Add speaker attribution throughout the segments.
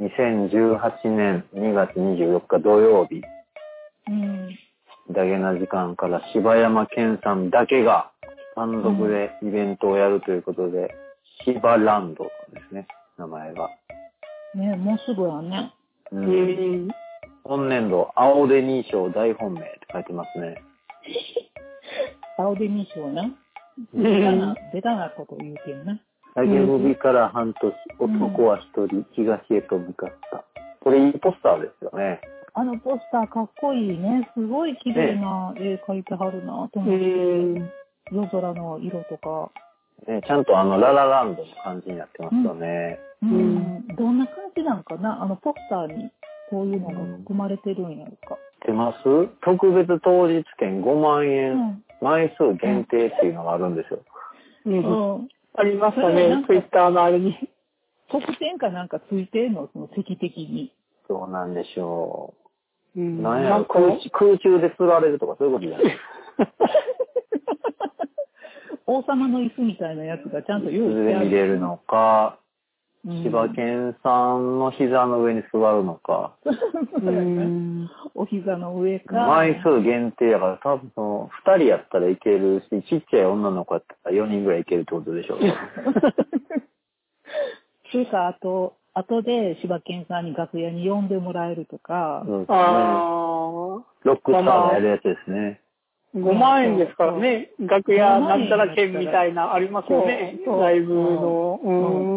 Speaker 1: 2018年2月24日土曜日、
Speaker 2: うん。
Speaker 1: ダゲな時間から柴山健さんだけが単独でイベントをやるということで、柴ランドですね、名前が。
Speaker 2: ねもうすぐやね。
Speaker 1: う
Speaker 3: うんん。
Speaker 1: 今年度、青デニー賞大本命って書いてますね。
Speaker 2: 青デニー賞な。
Speaker 3: う
Speaker 2: ベタ
Speaker 3: ん
Speaker 2: な、ベタなこと言うけんな。
Speaker 1: 影踏みから半年、
Speaker 2: うん
Speaker 1: 男は一人、東へと向かった。これ、いいポスターですよね。
Speaker 2: あのポスターかっこいいね。すごい綺麗な絵描いてはるなと
Speaker 3: う
Speaker 2: 思って。
Speaker 3: ん。
Speaker 2: 夜空の色とか。
Speaker 1: ねちゃんとあの、ララランドの感じになってますよね。
Speaker 2: うん。どんな感じなんかなあのポスターにこういうのが含まれてるんやろか。
Speaker 1: 出ます特別当日券5万
Speaker 2: う
Speaker 1: 円、
Speaker 2: ん。
Speaker 1: 枚数限定っていうのがあるんですよ。
Speaker 3: うん。
Speaker 2: うん。
Speaker 3: ありました
Speaker 2: なん
Speaker 3: ね、
Speaker 2: か
Speaker 3: ツイッターのあれに。
Speaker 2: 特典かなんかついてんのその席的に。
Speaker 1: そうなんでしょ
Speaker 3: う
Speaker 1: う。
Speaker 3: ん
Speaker 1: なんや
Speaker 3: な
Speaker 1: ろ
Speaker 3: んか
Speaker 1: 空中、空中で釣られるとかそういうことじゃない。
Speaker 2: 王様の椅子みたいなやつがちゃんと用意してあ
Speaker 1: 上
Speaker 2: る。
Speaker 1: に入れるのか、
Speaker 2: うん。
Speaker 1: 柴犬さんの膝の上に座るのか、
Speaker 3: うん。
Speaker 2: お膝の上か。
Speaker 1: 枚数限定やから、多分その、二人やったらいけるし、ちっちゃい女の子やったら4人ぐらいいけるってことでしょうね。
Speaker 2: っていうか、あと、後で柴犬さんに楽屋に呼んでもらえるとか、
Speaker 1: そうですね
Speaker 3: ああ。
Speaker 1: ロックスターがやるやつですね。
Speaker 3: 5万円ですからね、楽屋なんちゃら券みたいなありますよね、
Speaker 2: そうそう
Speaker 3: ライブの。う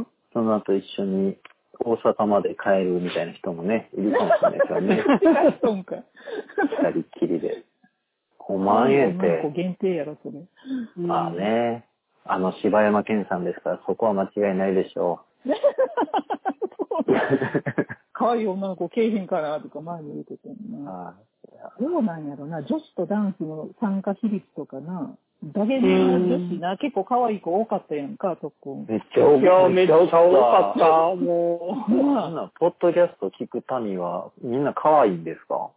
Speaker 3: ん。
Speaker 1: その後一緒に大阪まで帰るみたいな人もね、いるかもしれないですよ ね。
Speaker 2: そうか。
Speaker 1: 二人っきりで。5万円っ
Speaker 2: 女の子
Speaker 1: て、
Speaker 2: 限定やろ、それ。
Speaker 1: まあね、あの柴山健さんですから、そこは間違いないでしょ
Speaker 2: 可愛い女の子けえへんから、とか前に言うてたよ
Speaker 1: う。
Speaker 2: な。
Speaker 1: は
Speaker 2: どうなんやろな、女子とダンスの参加比率とかな。だけど女子な、結構可愛い子多かったやんか、特
Speaker 1: い
Speaker 2: 訓。
Speaker 1: めっちゃ多
Speaker 3: いや、めっちゃ多
Speaker 1: か
Speaker 3: か
Speaker 1: っ。
Speaker 3: ったた、も
Speaker 1: そんなポッドキャスト聞く民はみんな可愛いんですか、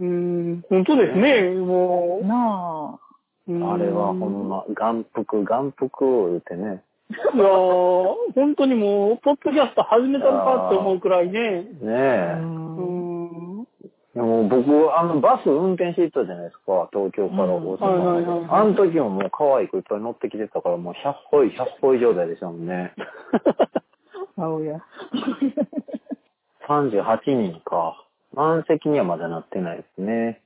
Speaker 3: う。うん、本当ですね、も
Speaker 2: なあ。
Speaker 3: う。うん
Speaker 1: あれはほん。ま、眼福、眼福を言ってね。
Speaker 3: いやー、本当にもう、ポッドキャスト始めたのかって思うくらい
Speaker 1: ね
Speaker 3: ね。
Speaker 2: う。
Speaker 1: え。
Speaker 3: うんん。
Speaker 1: でも僕、あの、バス運転してたじゃないですか、東京から大阪まで。
Speaker 3: うんはいはいはい
Speaker 1: あの時ももう可愛い子いっぱい乗ってきてたから、もう100歩、100歩状態でしたもん ね。
Speaker 2: 顔や。
Speaker 1: 38人か。満席にはまだなってないですね。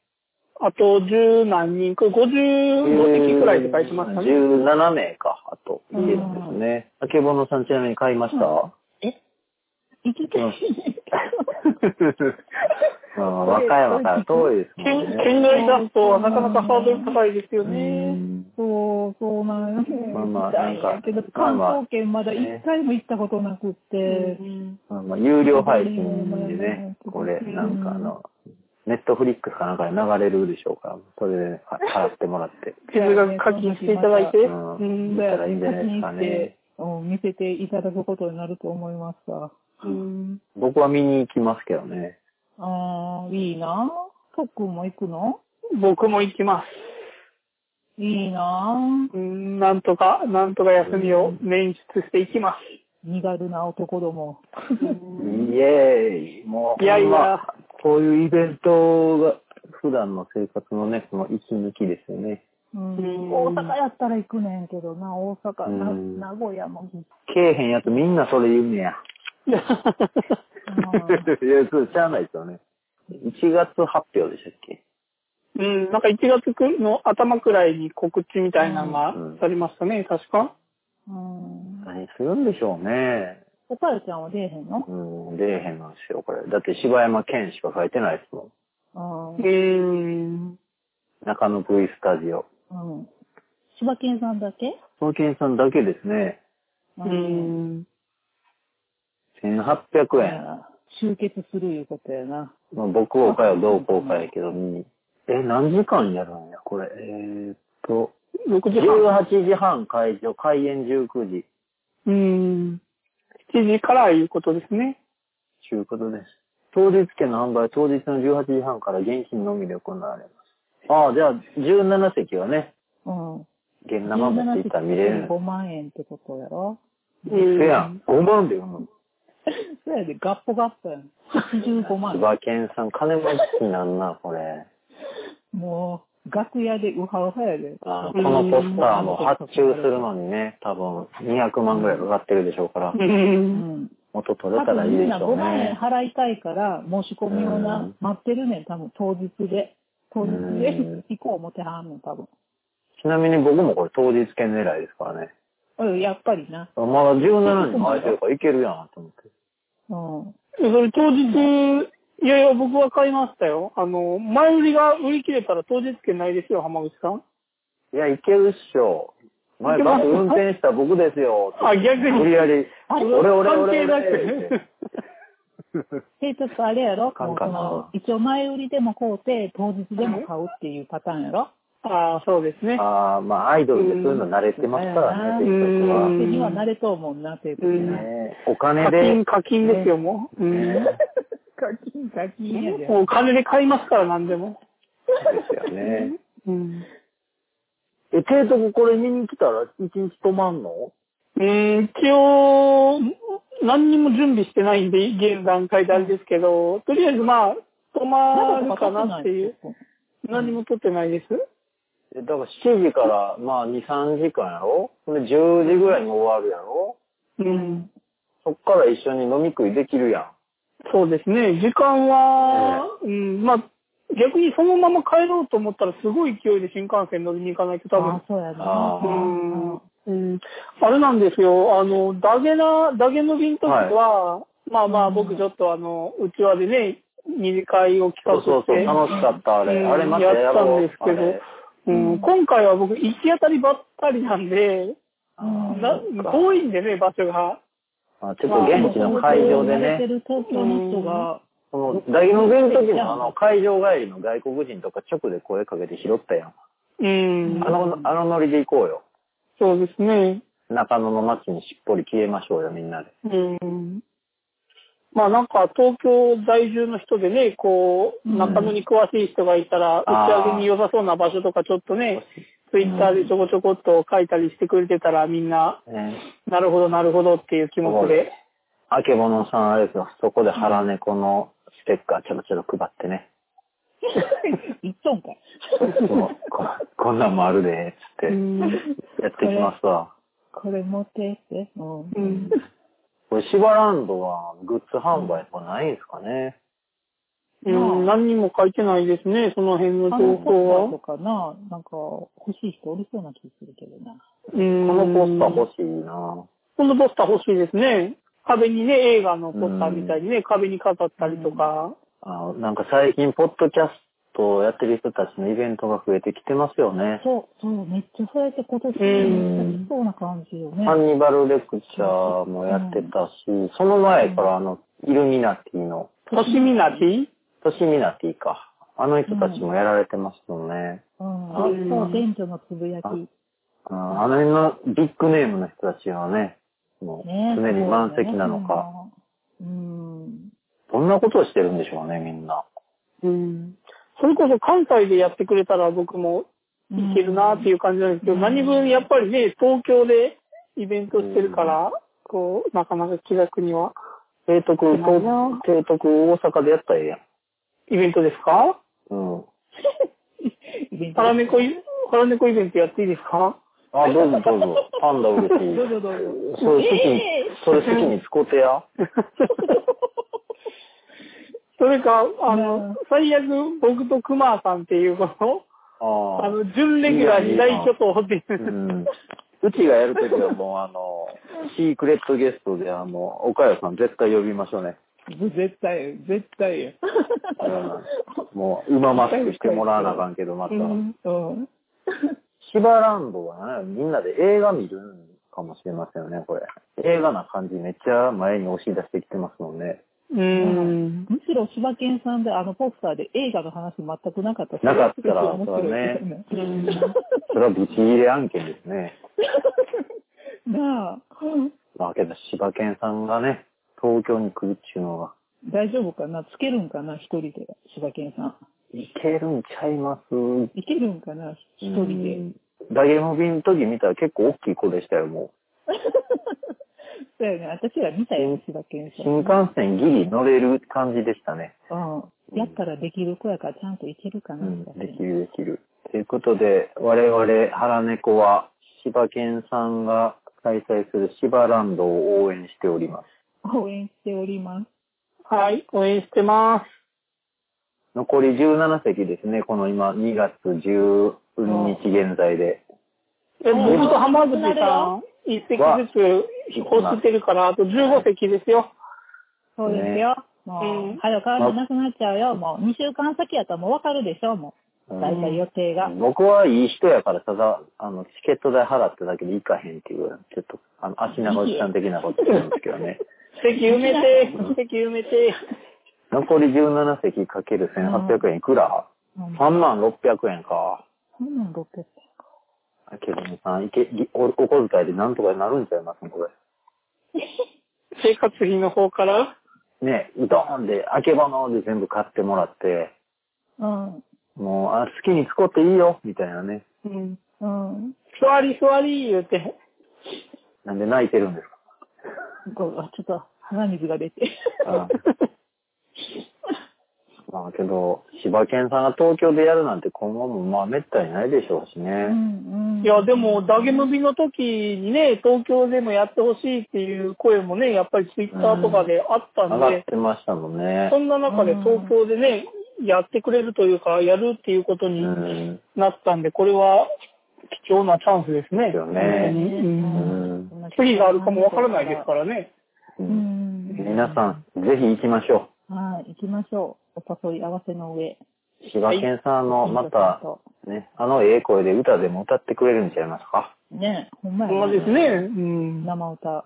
Speaker 3: あと、十何人、これ55席くらいで返しましたね。
Speaker 1: 17名か、あと。いいですね。あけぼのさんちなみに買いました、
Speaker 2: 生きてる。
Speaker 1: うん、和歌山から遠いですもん
Speaker 3: 県、
Speaker 1: ね。
Speaker 3: 県外出すと、なかなかハードル高いですよ
Speaker 1: う
Speaker 3: ね。
Speaker 1: ん
Speaker 2: そう、そうなんや。
Speaker 1: まあまあ
Speaker 2: 行きたいんやけど、
Speaker 1: なんかまあ
Speaker 2: 関
Speaker 1: まあ
Speaker 2: 東圏まだ一回も行ったことなくって、
Speaker 3: うん
Speaker 1: まあまあ、有料配信でね、これ、なんかあの、ネットフリックスかなんかで流れるでしょうから、それで払ってもらって、
Speaker 3: 月額課金していただいて。
Speaker 1: うん
Speaker 3: うん
Speaker 1: 見たらいいんじゃないですかね。
Speaker 2: うん、見せていただくことになると思いますが。
Speaker 3: うん
Speaker 1: 僕は見に行きますけどね。
Speaker 2: あーいいなとっくんも行くの
Speaker 3: 僕も行きます。
Speaker 2: いいな
Speaker 3: うんなんとか、なんとか休みを捻出していきま
Speaker 2: 身軽な男ども。
Speaker 3: す。
Speaker 1: イエーイもう、
Speaker 3: いやい
Speaker 1: ほんま
Speaker 3: や、
Speaker 1: こういうイベントが、普段の生活のね、この息抜きですよね。
Speaker 2: うん
Speaker 3: うん
Speaker 2: 大阪やったら行くねんけどな、大阪、な
Speaker 1: うん
Speaker 2: 名古屋も行
Speaker 1: けえへんやつみんなそれ言うねや。 い
Speaker 2: く。
Speaker 1: や、そう、しゃあないですよね。1月発表でしたっけ
Speaker 3: うん、なんか1月くの頭くらいに告知みたいなのが
Speaker 1: うん
Speaker 3: されましたね、確か。
Speaker 2: うん。
Speaker 1: 何するんでしょうね。
Speaker 2: おかよちゃんは出えへんの
Speaker 1: うん、出えへんなんですよ、これ。だって柴山健しか書いてないですもん。
Speaker 2: うん
Speaker 3: う。ーん。
Speaker 1: 中野 V スタジオ。
Speaker 2: うん。柴犬さんだけ
Speaker 1: その健さんだけですね。
Speaker 3: う。ん。
Speaker 1: 1800円。
Speaker 2: 集結するいうことやな。
Speaker 1: まあ、僕をかよ、どうこうかやけど、見に。え、何時間やるんや、これ。えー、っと、
Speaker 3: 6時半。
Speaker 1: 18時半会場、開演19時、
Speaker 3: うん。7時からいうことですね。
Speaker 1: ということです。当日券の販売は当日の18時半から現金のみで行われます。ああ、じゃあ、17席はね、
Speaker 2: うん。
Speaker 1: 現生持っていったら見れる。
Speaker 2: 5万円ってことやろ
Speaker 3: うん。。
Speaker 1: せやん、5万で売るの。
Speaker 2: そうやで、ガッポガッポやん。85
Speaker 1: 千
Speaker 2: 万。
Speaker 1: 葉県さん、金持ちになんな、これ。
Speaker 2: もう、楽屋でウハウハやで。
Speaker 1: あーこのポスターも発注するのにね、多分200万ぐらいかかってるでしょうから、
Speaker 2: うんん。
Speaker 1: 元取れ
Speaker 2: 多
Speaker 1: たらいい
Speaker 2: 分み
Speaker 1: で
Speaker 2: ん
Speaker 1: し
Speaker 2: な
Speaker 1: ょ
Speaker 2: 5
Speaker 1: う
Speaker 2: 万円
Speaker 1: ね。
Speaker 2: 払いたいから、申し込みを
Speaker 1: う、
Speaker 2: なん待ってるねん、多分当日で。当
Speaker 1: う
Speaker 2: 日
Speaker 1: ん
Speaker 2: で行こう思ってはんの、多分
Speaker 1: ちなみに僕もこれ当日券狙いですからね。
Speaker 2: うん。やっぱりな。
Speaker 1: まだ17時前というからいけるやんと思って。
Speaker 2: うん。
Speaker 3: それ当日、いやいや、僕は買いましたよ。あの、前売りが売り切れたら当日券ないですよ、浜口さん。
Speaker 1: いや、いけるっしょ。前
Speaker 3: いけ
Speaker 1: バス
Speaker 3: ます
Speaker 1: 運転した僕ですよ。
Speaker 3: あ逆に
Speaker 1: 無理やり。
Speaker 2: あれ
Speaker 1: 俺俺
Speaker 3: 関
Speaker 1: 俺
Speaker 3: 係な
Speaker 1: 俺って
Speaker 3: く。
Speaker 2: で、ちょっとあれやろ
Speaker 1: かん
Speaker 2: もう
Speaker 1: か
Speaker 2: そ
Speaker 1: な
Speaker 2: の、一応前売りでも買うて、当日でも買うっていうパターンやろ
Speaker 3: ああ、そうですね。
Speaker 1: ああ、まあアイドルでそういうの慣れてますからね、
Speaker 2: う
Speaker 1: テ
Speaker 3: ん
Speaker 1: イクは
Speaker 3: う
Speaker 2: 手
Speaker 3: ん
Speaker 2: には慣れと思うな、ということで
Speaker 3: うん
Speaker 2: ね。
Speaker 1: ねお金
Speaker 3: 課
Speaker 1: で
Speaker 3: 金、、課金ですよ、もう。うん。
Speaker 1: ね
Speaker 2: 課金、課金やで。
Speaker 3: もうお金で買いますから、何でも。
Speaker 1: ですよね。
Speaker 3: うん。
Speaker 1: え、提督これ見に来たら一日泊まんの
Speaker 3: うん、一応、何にも準備してないんで、現段階であれですけど、とりあえずまあ、泊まるかなっていう。。何も取ってないです。
Speaker 1: え、だから7時から、まあ2、3時間やろほんで10時ぐらいに終わるやろ
Speaker 3: うん。
Speaker 1: そっから一緒に飲み食いできるや
Speaker 3: そうですね。時間は、うん、まあ、逆にそのまま帰ろうと思ったら、すごい勢いで新幹線乗りに行かないと多分
Speaker 2: あ、そうやな。
Speaker 1: あー
Speaker 3: うんあれなんですよ、あの、ダゲな、ダゲの便の時は、まあまあ僕ちょっとあの、うちわでね、二次会を企
Speaker 1: ん。そ
Speaker 3: 画
Speaker 1: うそうそ
Speaker 3: し
Speaker 1: う、
Speaker 3: て、
Speaker 1: 楽しかった、あれ。
Speaker 3: うん
Speaker 1: あれまたやろう。
Speaker 3: やったんですけど
Speaker 1: あれ
Speaker 3: うん、今回は僕行き当たりばったりなんで、
Speaker 1: あー
Speaker 3: な
Speaker 1: そっか
Speaker 3: 遠いんでね、場所が。
Speaker 1: あちょっと現地の会場でね、
Speaker 2: 東京の人が、
Speaker 1: その、大学の時のあの、会場帰りの外国人とか直で声かけて拾ったやん。
Speaker 3: うん
Speaker 1: あ、の、あのノリで行こうよ。
Speaker 3: そうですね。
Speaker 1: 中野の街にしっぽり消えましょうよ、みんなで。
Speaker 3: うん。まあなんか東京在住の人でね、こう、
Speaker 2: うん
Speaker 3: 中野に詳しい人がいたら、打ち上げに良さそうな場所とかちょっとね、ツイッターでちょこちょこっと書いたりしてくれてたらみんな、
Speaker 1: ね。
Speaker 3: なるほどなるほどっていう気持ちで。
Speaker 1: あけぼのさん、あれですよ、そこで腹猫のステッカーちょろちょろ配ってね。
Speaker 2: 行っとんかい。
Speaker 1: もうここんなんもあるで、つ
Speaker 3: う
Speaker 1: っ
Speaker 3: ん
Speaker 1: て、やってきますわ。
Speaker 2: これ持ってって。うん。
Speaker 3: うん
Speaker 1: これ、シバランドはグッズ販売とかないんすかね
Speaker 3: うん何にも書いてないですね、その辺の情報
Speaker 2: ーと
Speaker 3: は。
Speaker 2: かな、なんか欲しい人おりそうな気するけどな。
Speaker 3: うん
Speaker 1: このポスター欲しいな
Speaker 3: このポスター欲しいですね。壁にね、映画のポスターみたいにね、壁に飾ったりとか。
Speaker 1: あのなんか最近、ポッドキャストをやってる人たちのイベントが増えてきてますよね。
Speaker 2: そう、そう、めっちゃそうやって今年、
Speaker 3: うん
Speaker 2: めっちゃ来そうな感じよね。
Speaker 1: ハンニバルレクチャーもやってたし、その前からあの、イルミナティの、
Speaker 3: 年見なし
Speaker 1: トシミナティか。あの人たちもやられてますよね。
Speaker 2: うん。
Speaker 1: あ
Speaker 2: そう、伝女のつぶやき。
Speaker 1: ああの辺のビッグネームの人たちはね、もう
Speaker 2: ね
Speaker 1: 常に満席なのか、。
Speaker 2: そうだよねうん。
Speaker 1: どんなことをしてるんでしょうね、みんな。
Speaker 3: うん。それこそ関西でやってくれたら僕もいけるなっていう感じなんですけど、
Speaker 2: うん
Speaker 3: 何分やっぱりね、東京でイベントしてるから、こう、なかなか気楽には。
Speaker 1: 提督、
Speaker 3: そうだな
Speaker 1: 東提督大阪でやったらええやん。
Speaker 3: イベントですか
Speaker 1: うん。
Speaker 2: イベント
Speaker 3: パラネコイ、パラネコイベントやっていいですか
Speaker 1: あ、どうぞどうぞ。パンダ嬉しい。
Speaker 2: どうぞどうぞ。
Speaker 1: それ席に、それ席に使うてや。
Speaker 3: それか、あ
Speaker 2: うん
Speaker 3: の、最悪僕とクマさんっていうこの、
Speaker 1: あ
Speaker 3: あ
Speaker 1: あ。
Speaker 3: の、準レギュラー二大巨頭っていうう。
Speaker 1: ん。 うちがやるときはもうあの、シークレットゲストであの、岡谷さん絶対呼びましょうね。
Speaker 2: 絶対、絶対 よ。
Speaker 1: もう、馬マスクしてもらわなあかんけど、また。
Speaker 3: うん
Speaker 2: うん。
Speaker 1: シバランドはね、みんなで映画見るんかもしれませんよね、これ。映画な感じめっちゃ前に押し出してきてますもんね。
Speaker 3: うん。
Speaker 2: むしろ柴犬さんであのポスターで映画の話全くなかったし
Speaker 1: なかったら
Speaker 2: 面白いですね
Speaker 3: うん
Speaker 1: それはブチ入れ案件ですね。
Speaker 2: なあ、
Speaker 1: まあけど、柴犬さんがね、東京に来るっちゅうのが、
Speaker 2: 大丈夫かなつけるんかな一人で、柴犬さん。
Speaker 1: いけるんちゃいます
Speaker 2: いけるんかな一人で。
Speaker 1: ダゲモビの時見たら結構大きい子でしたよ、も
Speaker 2: そうやね。私ら見たよ、千葉県さん。
Speaker 1: 新幹線ギリ乗れる感じでしたね。
Speaker 2: うん。やったらできる子やからちゃんといけるか
Speaker 1: う
Speaker 2: な、
Speaker 1: ん
Speaker 2: みた、いな
Speaker 1: できるできる。ということで、我々、原猫は、柴犬さんが開催する柴ランドを応援しております。
Speaker 2: 応援しております。
Speaker 3: はい、応援してます。
Speaker 1: 残り17席ですね、この今、2月12日現在で。
Speaker 3: え、僕と浜口さん、1席ずつホスてるから、あと15席ですよ。
Speaker 2: そうですよ。もう、
Speaker 3: うん
Speaker 2: 早く変わってなくなっちゃうよ。もう、2週間先やったらもうわかるでしょ、もう。
Speaker 1: うん
Speaker 2: 大体予定が。
Speaker 1: 僕はいい人やから、ただ、あの、チケット代払っただけで行かへんっていう、ちょっと、あの、足長おじさん的なことなんですけど ね。
Speaker 3: 席埋めて、席埋めて。
Speaker 1: 残り17席かける1800円いくら、
Speaker 2: うん。
Speaker 1: ?3 万600円か。
Speaker 2: 3万600円。
Speaker 1: けどみさん、いけ、ぎお、お小遣いでなんとかなるんちゃいますこ
Speaker 3: 生活費の方から、
Speaker 1: れ。ね、ドーンで、あけばので全部買ってもらって、
Speaker 2: うん。
Speaker 1: もう、あ、好きに使っていいよ、みたいなね。
Speaker 3: うん、
Speaker 2: うん。
Speaker 3: 座り座り言うて、
Speaker 1: なんで泣いてるんですか
Speaker 2: こうあちょっと鼻水が出て。
Speaker 1: あまあけど、柴犬さんが東京でやるなんて今後もまあ滅多にないでしょうし
Speaker 2: う
Speaker 1: ね。
Speaker 2: んうん。
Speaker 3: いや、でも、ダゲムビの時にね、東京でもやってほしいっていう声もね、やっぱりツイッターとかであった
Speaker 1: 上
Speaker 3: ん
Speaker 1: がっ
Speaker 3: で、
Speaker 1: てましたもんね
Speaker 3: そ。んな中で東京でね、やってくれるというか、やるっていうこと
Speaker 1: う
Speaker 3: に
Speaker 1: ん。
Speaker 3: なったんで、これは貴重なチャンスですね。
Speaker 1: ですよ
Speaker 3: 本
Speaker 1: ね
Speaker 3: 当にう
Speaker 1: うんん。
Speaker 3: 次があるかもわからないですからね。
Speaker 1: う
Speaker 2: うんん。
Speaker 1: 皆さん、ぜひ行きましょ
Speaker 2: はい、行きましょう。お誘い合わせの上。
Speaker 1: う。柴犬さんの、また、ね、あのええ声で歌でも歌ってくれるんちゃいますか
Speaker 2: ねえ、ほんま
Speaker 3: ほんま
Speaker 2: や、ね。
Speaker 3: ですね。うん。だ
Speaker 2: 生歌。
Speaker 3: っ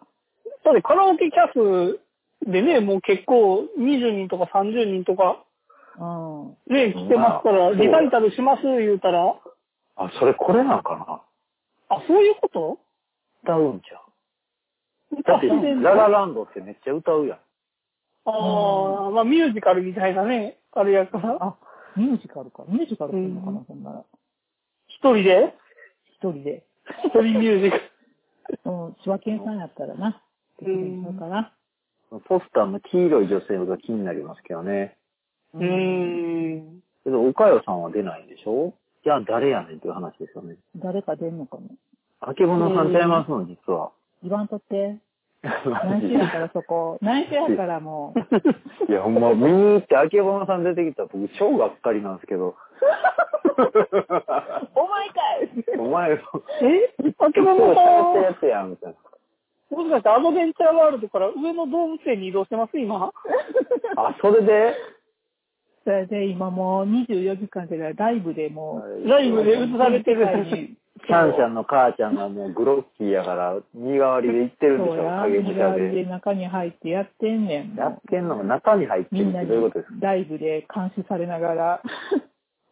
Speaker 3: てカラオケキャスでね、もう結構20人とか30人とか
Speaker 2: うん。
Speaker 3: ね、来てますか
Speaker 1: まあ
Speaker 3: ら、リサイタルします言うたら、
Speaker 1: あ、それこれなんか
Speaker 3: あ、そういうこと
Speaker 1: な歌うんちゃうだって、
Speaker 3: あ
Speaker 1: ララランドってめっちゃ歌うやん。
Speaker 3: ああ、まあミュージカルみたいなね、あれやから。
Speaker 2: あ、ミュージカルか。ミュージカルっていうのかな、そんなら。
Speaker 3: 一人で
Speaker 2: 一人で。
Speaker 3: 一人ミュージカル。
Speaker 2: うん、千葉県さんやったらな。できるんちゃうかな。
Speaker 1: ポスターの黄色い女性が気になりますけどね。
Speaker 3: うーん。
Speaker 1: けど、岡代さんは出ないんでしょじゃあ誰やねんっていう話ですよね。
Speaker 2: 誰か出んのかも。
Speaker 1: あけぼのさんちゃいますの、実は。
Speaker 2: 言わんとって。
Speaker 1: マ
Speaker 2: 内
Speaker 1: ジ
Speaker 2: 緒やからそこ。内緒やからもう。
Speaker 1: いや、ほんま、見に行って、あけぼのさん出てきたら僕、超がっかりなんですけど。
Speaker 2: お前かい
Speaker 1: お前、
Speaker 3: えあけも
Speaker 1: そう
Speaker 3: のさ
Speaker 1: したやつや
Speaker 3: ん、
Speaker 1: ん、みたいな。
Speaker 3: もしかしてアドベンチャーワールドから上野動物園に移動してます今。
Speaker 1: あ、それで
Speaker 2: それで今もう24時間でライブでもう。
Speaker 3: ライブで映されてる。
Speaker 1: シャンシャンの母ちゃんがもうグロッキーやから、身代わりで行ってるんでし
Speaker 2: そう
Speaker 1: ょ、
Speaker 2: や、
Speaker 1: 影武
Speaker 2: 身代
Speaker 1: 者
Speaker 2: わりで
Speaker 1: で。
Speaker 2: 中に入ってやってんねん。
Speaker 1: やってんのが中に入って
Speaker 2: み
Speaker 1: る
Speaker 2: ん
Speaker 1: っ
Speaker 2: な
Speaker 1: て
Speaker 2: に
Speaker 1: どういうことですか
Speaker 2: ライブで監視されながら。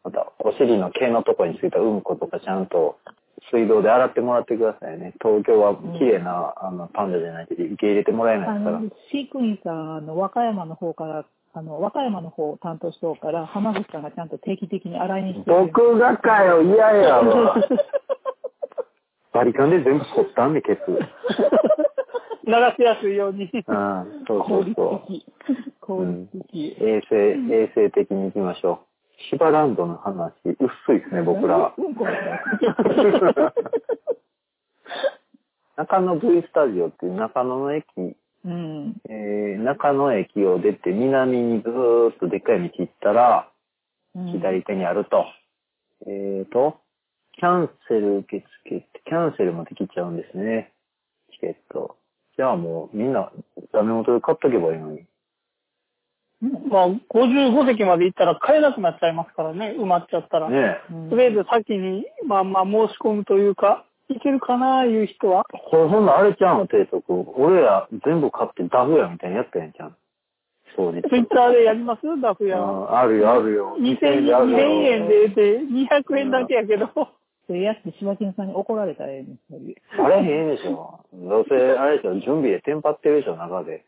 Speaker 1: また、お尻の毛のとこについたうんことかちゃんと水道で洗ってもらってくださいね。東京は綺麗な、あのパンダじゃないと受け入れてもらえない
Speaker 2: あ
Speaker 1: ですから
Speaker 2: の。、飼育員さん、あの、和歌山の方から、あの、和歌山の方を担当しとうから、浜口さんがちゃんと定期的に洗いに来てる。
Speaker 1: 僕がかよ、嫌やわ。バリカンで全部取ったんで、ケツ。
Speaker 3: 流しやすいように。
Speaker 1: うん、そうそ
Speaker 2: 効
Speaker 1: う
Speaker 2: 率
Speaker 1: そう。
Speaker 2: 的。効率的。
Speaker 1: 衛生、衛生的に行きましょう。シバランドの話、薄いですね、僕ら。
Speaker 2: うんこみたいな
Speaker 1: 中野 V スタジオっていう中野の駅、
Speaker 2: うん。
Speaker 1: えー、中野駅を出て南にずーっとでっかい道行ったら、
Speaker 2: うん。
Speaker 1: 左手にあると。えーと、キャンセル受付って、キャンセルもできちゃうんですね。チケット。じゃあもうみんな、ダメ元で買っとけばいいのに。
Speaker 2: うん
Speaker 3: まあ、55席まで行ったら買えなくなっちゃいますからね、埋まっちゃったら。
Speaker 1: ねえ。
Speaker 2: うん
Speaker 3: とりあえず先に、まあまあ申し込むというか、いけるかないう人は。
Speaker 1: これほんなあれちゃうん、提督。俺ら全部買ってダフやみたいにやったやんちゃん。そうに。
Speaker 3: ツイッターでやりますダフ
Speaker 1: う
Speaker 3: や。
Speaker 1: んあるよ、あるよ。
Speaker 3: 2000円、
Speaker 1: である
Speaker 3: 2000
Speaker 1: よ
Speaker 3: 円でで、200円だけやけど。
Speaker 2: そういうやって、柴犬さんに怒られたらええねんそういう。
Speaker 1: あれへんでしょ。どうせ、あれでしょ、準備でテンパってるでしょ、中で。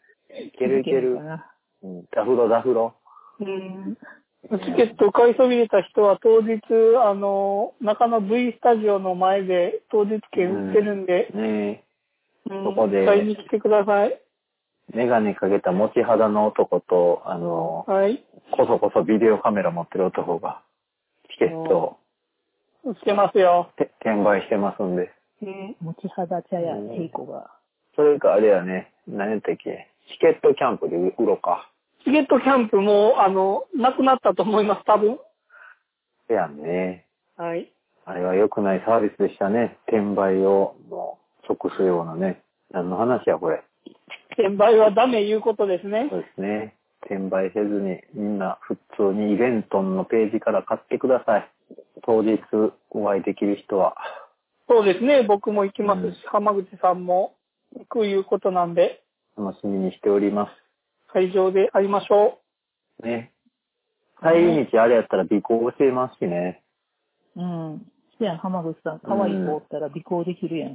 Speaker 1: いけるいけ
Speaker 2: い
Speaker 1: る
Speaker 2: のか。な
Speaker 1: うんダフロ、ダフロ。
Speaker 3: うんチケットを買いそびれた人は当日、あの、中野 V スタジオの前で当日券売ってるんで、
Speaker 1: ね
Speaker 3: うん
Speaker 1: そこで
Speaker 3: 買いに来てください。
Speaker 1: メガネかけた持ち肌の男と、あの、
Speaker 3: はい。
Speaker 1: こそこそビデオカメラ持ってる男が、チケットを
Speaker 3: してますよ。
Speaker 1: て転売してますんで。
Speaker 3: うん。
Speaker 2: 持ち肌茶屋、
Speaker 1: うん
Speaker 2: 英子が。
Speaker 1: それかあれやね、何やったっけ、チケットキャンプで売ろうか。
Speaker 3: チケットキャンプも、あの、なくなったと思います、多分。
Speaker 1: せやんね。
Speaker 3: はい。
Speaker 1: あれは良くないサービスでしたね。転売をもう即すようなね。何の話やこれ。
Speaker 3: 転売はダメいうことですね。
Speaker 1: そうですね。転売せずにみんな普通にイベントのページから買ってください。当日お会いできる人は。
Speaker 3: そうですね。僕も行きますし、
Speaker 1: うん
Speaker 3: 浜口さんも行くいうことなんで、
Speaker 1: 楽しみにしておりま
Speaker 3: 会場で会いましょ
Speaker 1: す。ね。帰り道あれやったら尾行教えますしね。
Speaker 2: うん。せやん、浜口さん、可愛い子おったら尾行できるやん。
Speaker 1: い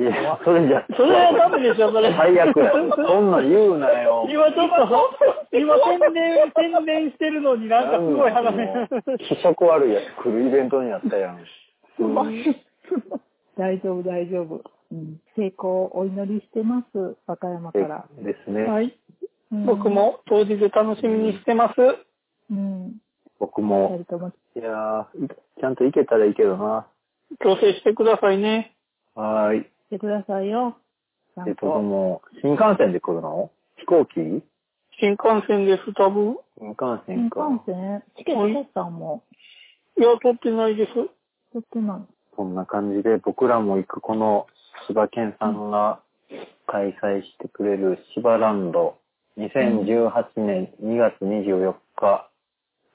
Speaker 1: や、それじゃ、
Speaker 3: う。それはダメでしょ、それ。
Speaker 1: 最悪や。そんなん言うなよ。
Speaker 3: 今ちょっと、今宣伝、宣伝してるのになんかすごい話。
Speaker 1: 気色悪いやつ来るイベントになったやん。
Speaker 3: すごい。
Speaker 2: 大丈夫、大丈夫。うん。成功をお祈りしてます、和歌山から。
Speaker 1: えですね。
Speaker 3: はい。
Speaker 2: うん
Speaker 3: 僕。も当日楽しみにしてます。
Speaker 2: うん。
Speaker 1: 僕
Speaker 2: 二
Speaker 1: も。
Speaker 2: 人とも。
Speaker 1: いやーいちゃんと行けたらいいけどな。
Speaker 3: 調整してくださいね。
Speaker 1: はーい。
Speaker 2: してくださいよ。ちゃ
Speaker 1: え
Speaker 2: ん
Speaker 1: っと、どう
Speaker 2: と。
Speaker 1: も、新幹線で来るの飛行機
Speaker 3: 新幹線です、多分。
Speaker 1: 新幹
Speaker 2: 新
Speaker 1: 線
Speaker 2: 幹
Speaker 1: か。
Speaker 2: 線チケット取ったんも
Speaker 3: いや、撮ってないです。
Speaker 2: 取ってな
Speaker 1: そんな感じで、僕らも行くこの、千葉県さんが開催してくれる芝ランド、2018年2月24日、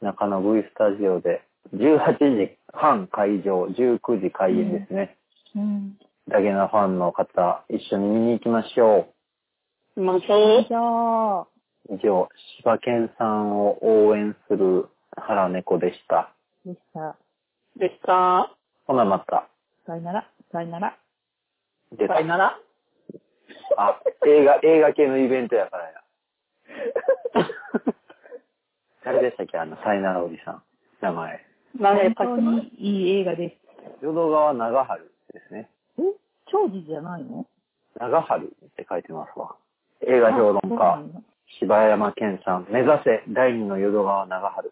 Speaker 1: 中野 V スタジオで、18時半会場、19時開演ですね。
Speaker 2: い。うん。
Speaker 1: ダゲナファンの方、一緒に見に行きましょ
Speaker 3: ましょう
Speaker 2: じ。ゃあ、
Speaker 1: う。以上、柴犬さんを応援する腹猫でした。
Speaker 2: でした。
Speaker 3: でした。
Speaker 1: ほなまた。
Speaker 2: さよなら、さよなら。
Speaker 1: 出た
Speaker 3: さよ。なら。
Speaker 1: あ、映画、映画系のイベントやから や。誰でしたっけあの、さよならおじさん。名前。
Speaker 3: 何やったっ
Speaker 2: 本
Speaker 3: け
Speaker 2: 当にいい映画です。
Speaker 1: 淀川長春ですね。
Speaker 2: え長寿じゃないの
Speaker 1: 長春って書いてますわ。映画評論
Speaker 2: あそうな
Speaker 1: 家、
Speaker 2: んだ
Speaker 1: 柴山健さん、目指せ第二の淀川長春。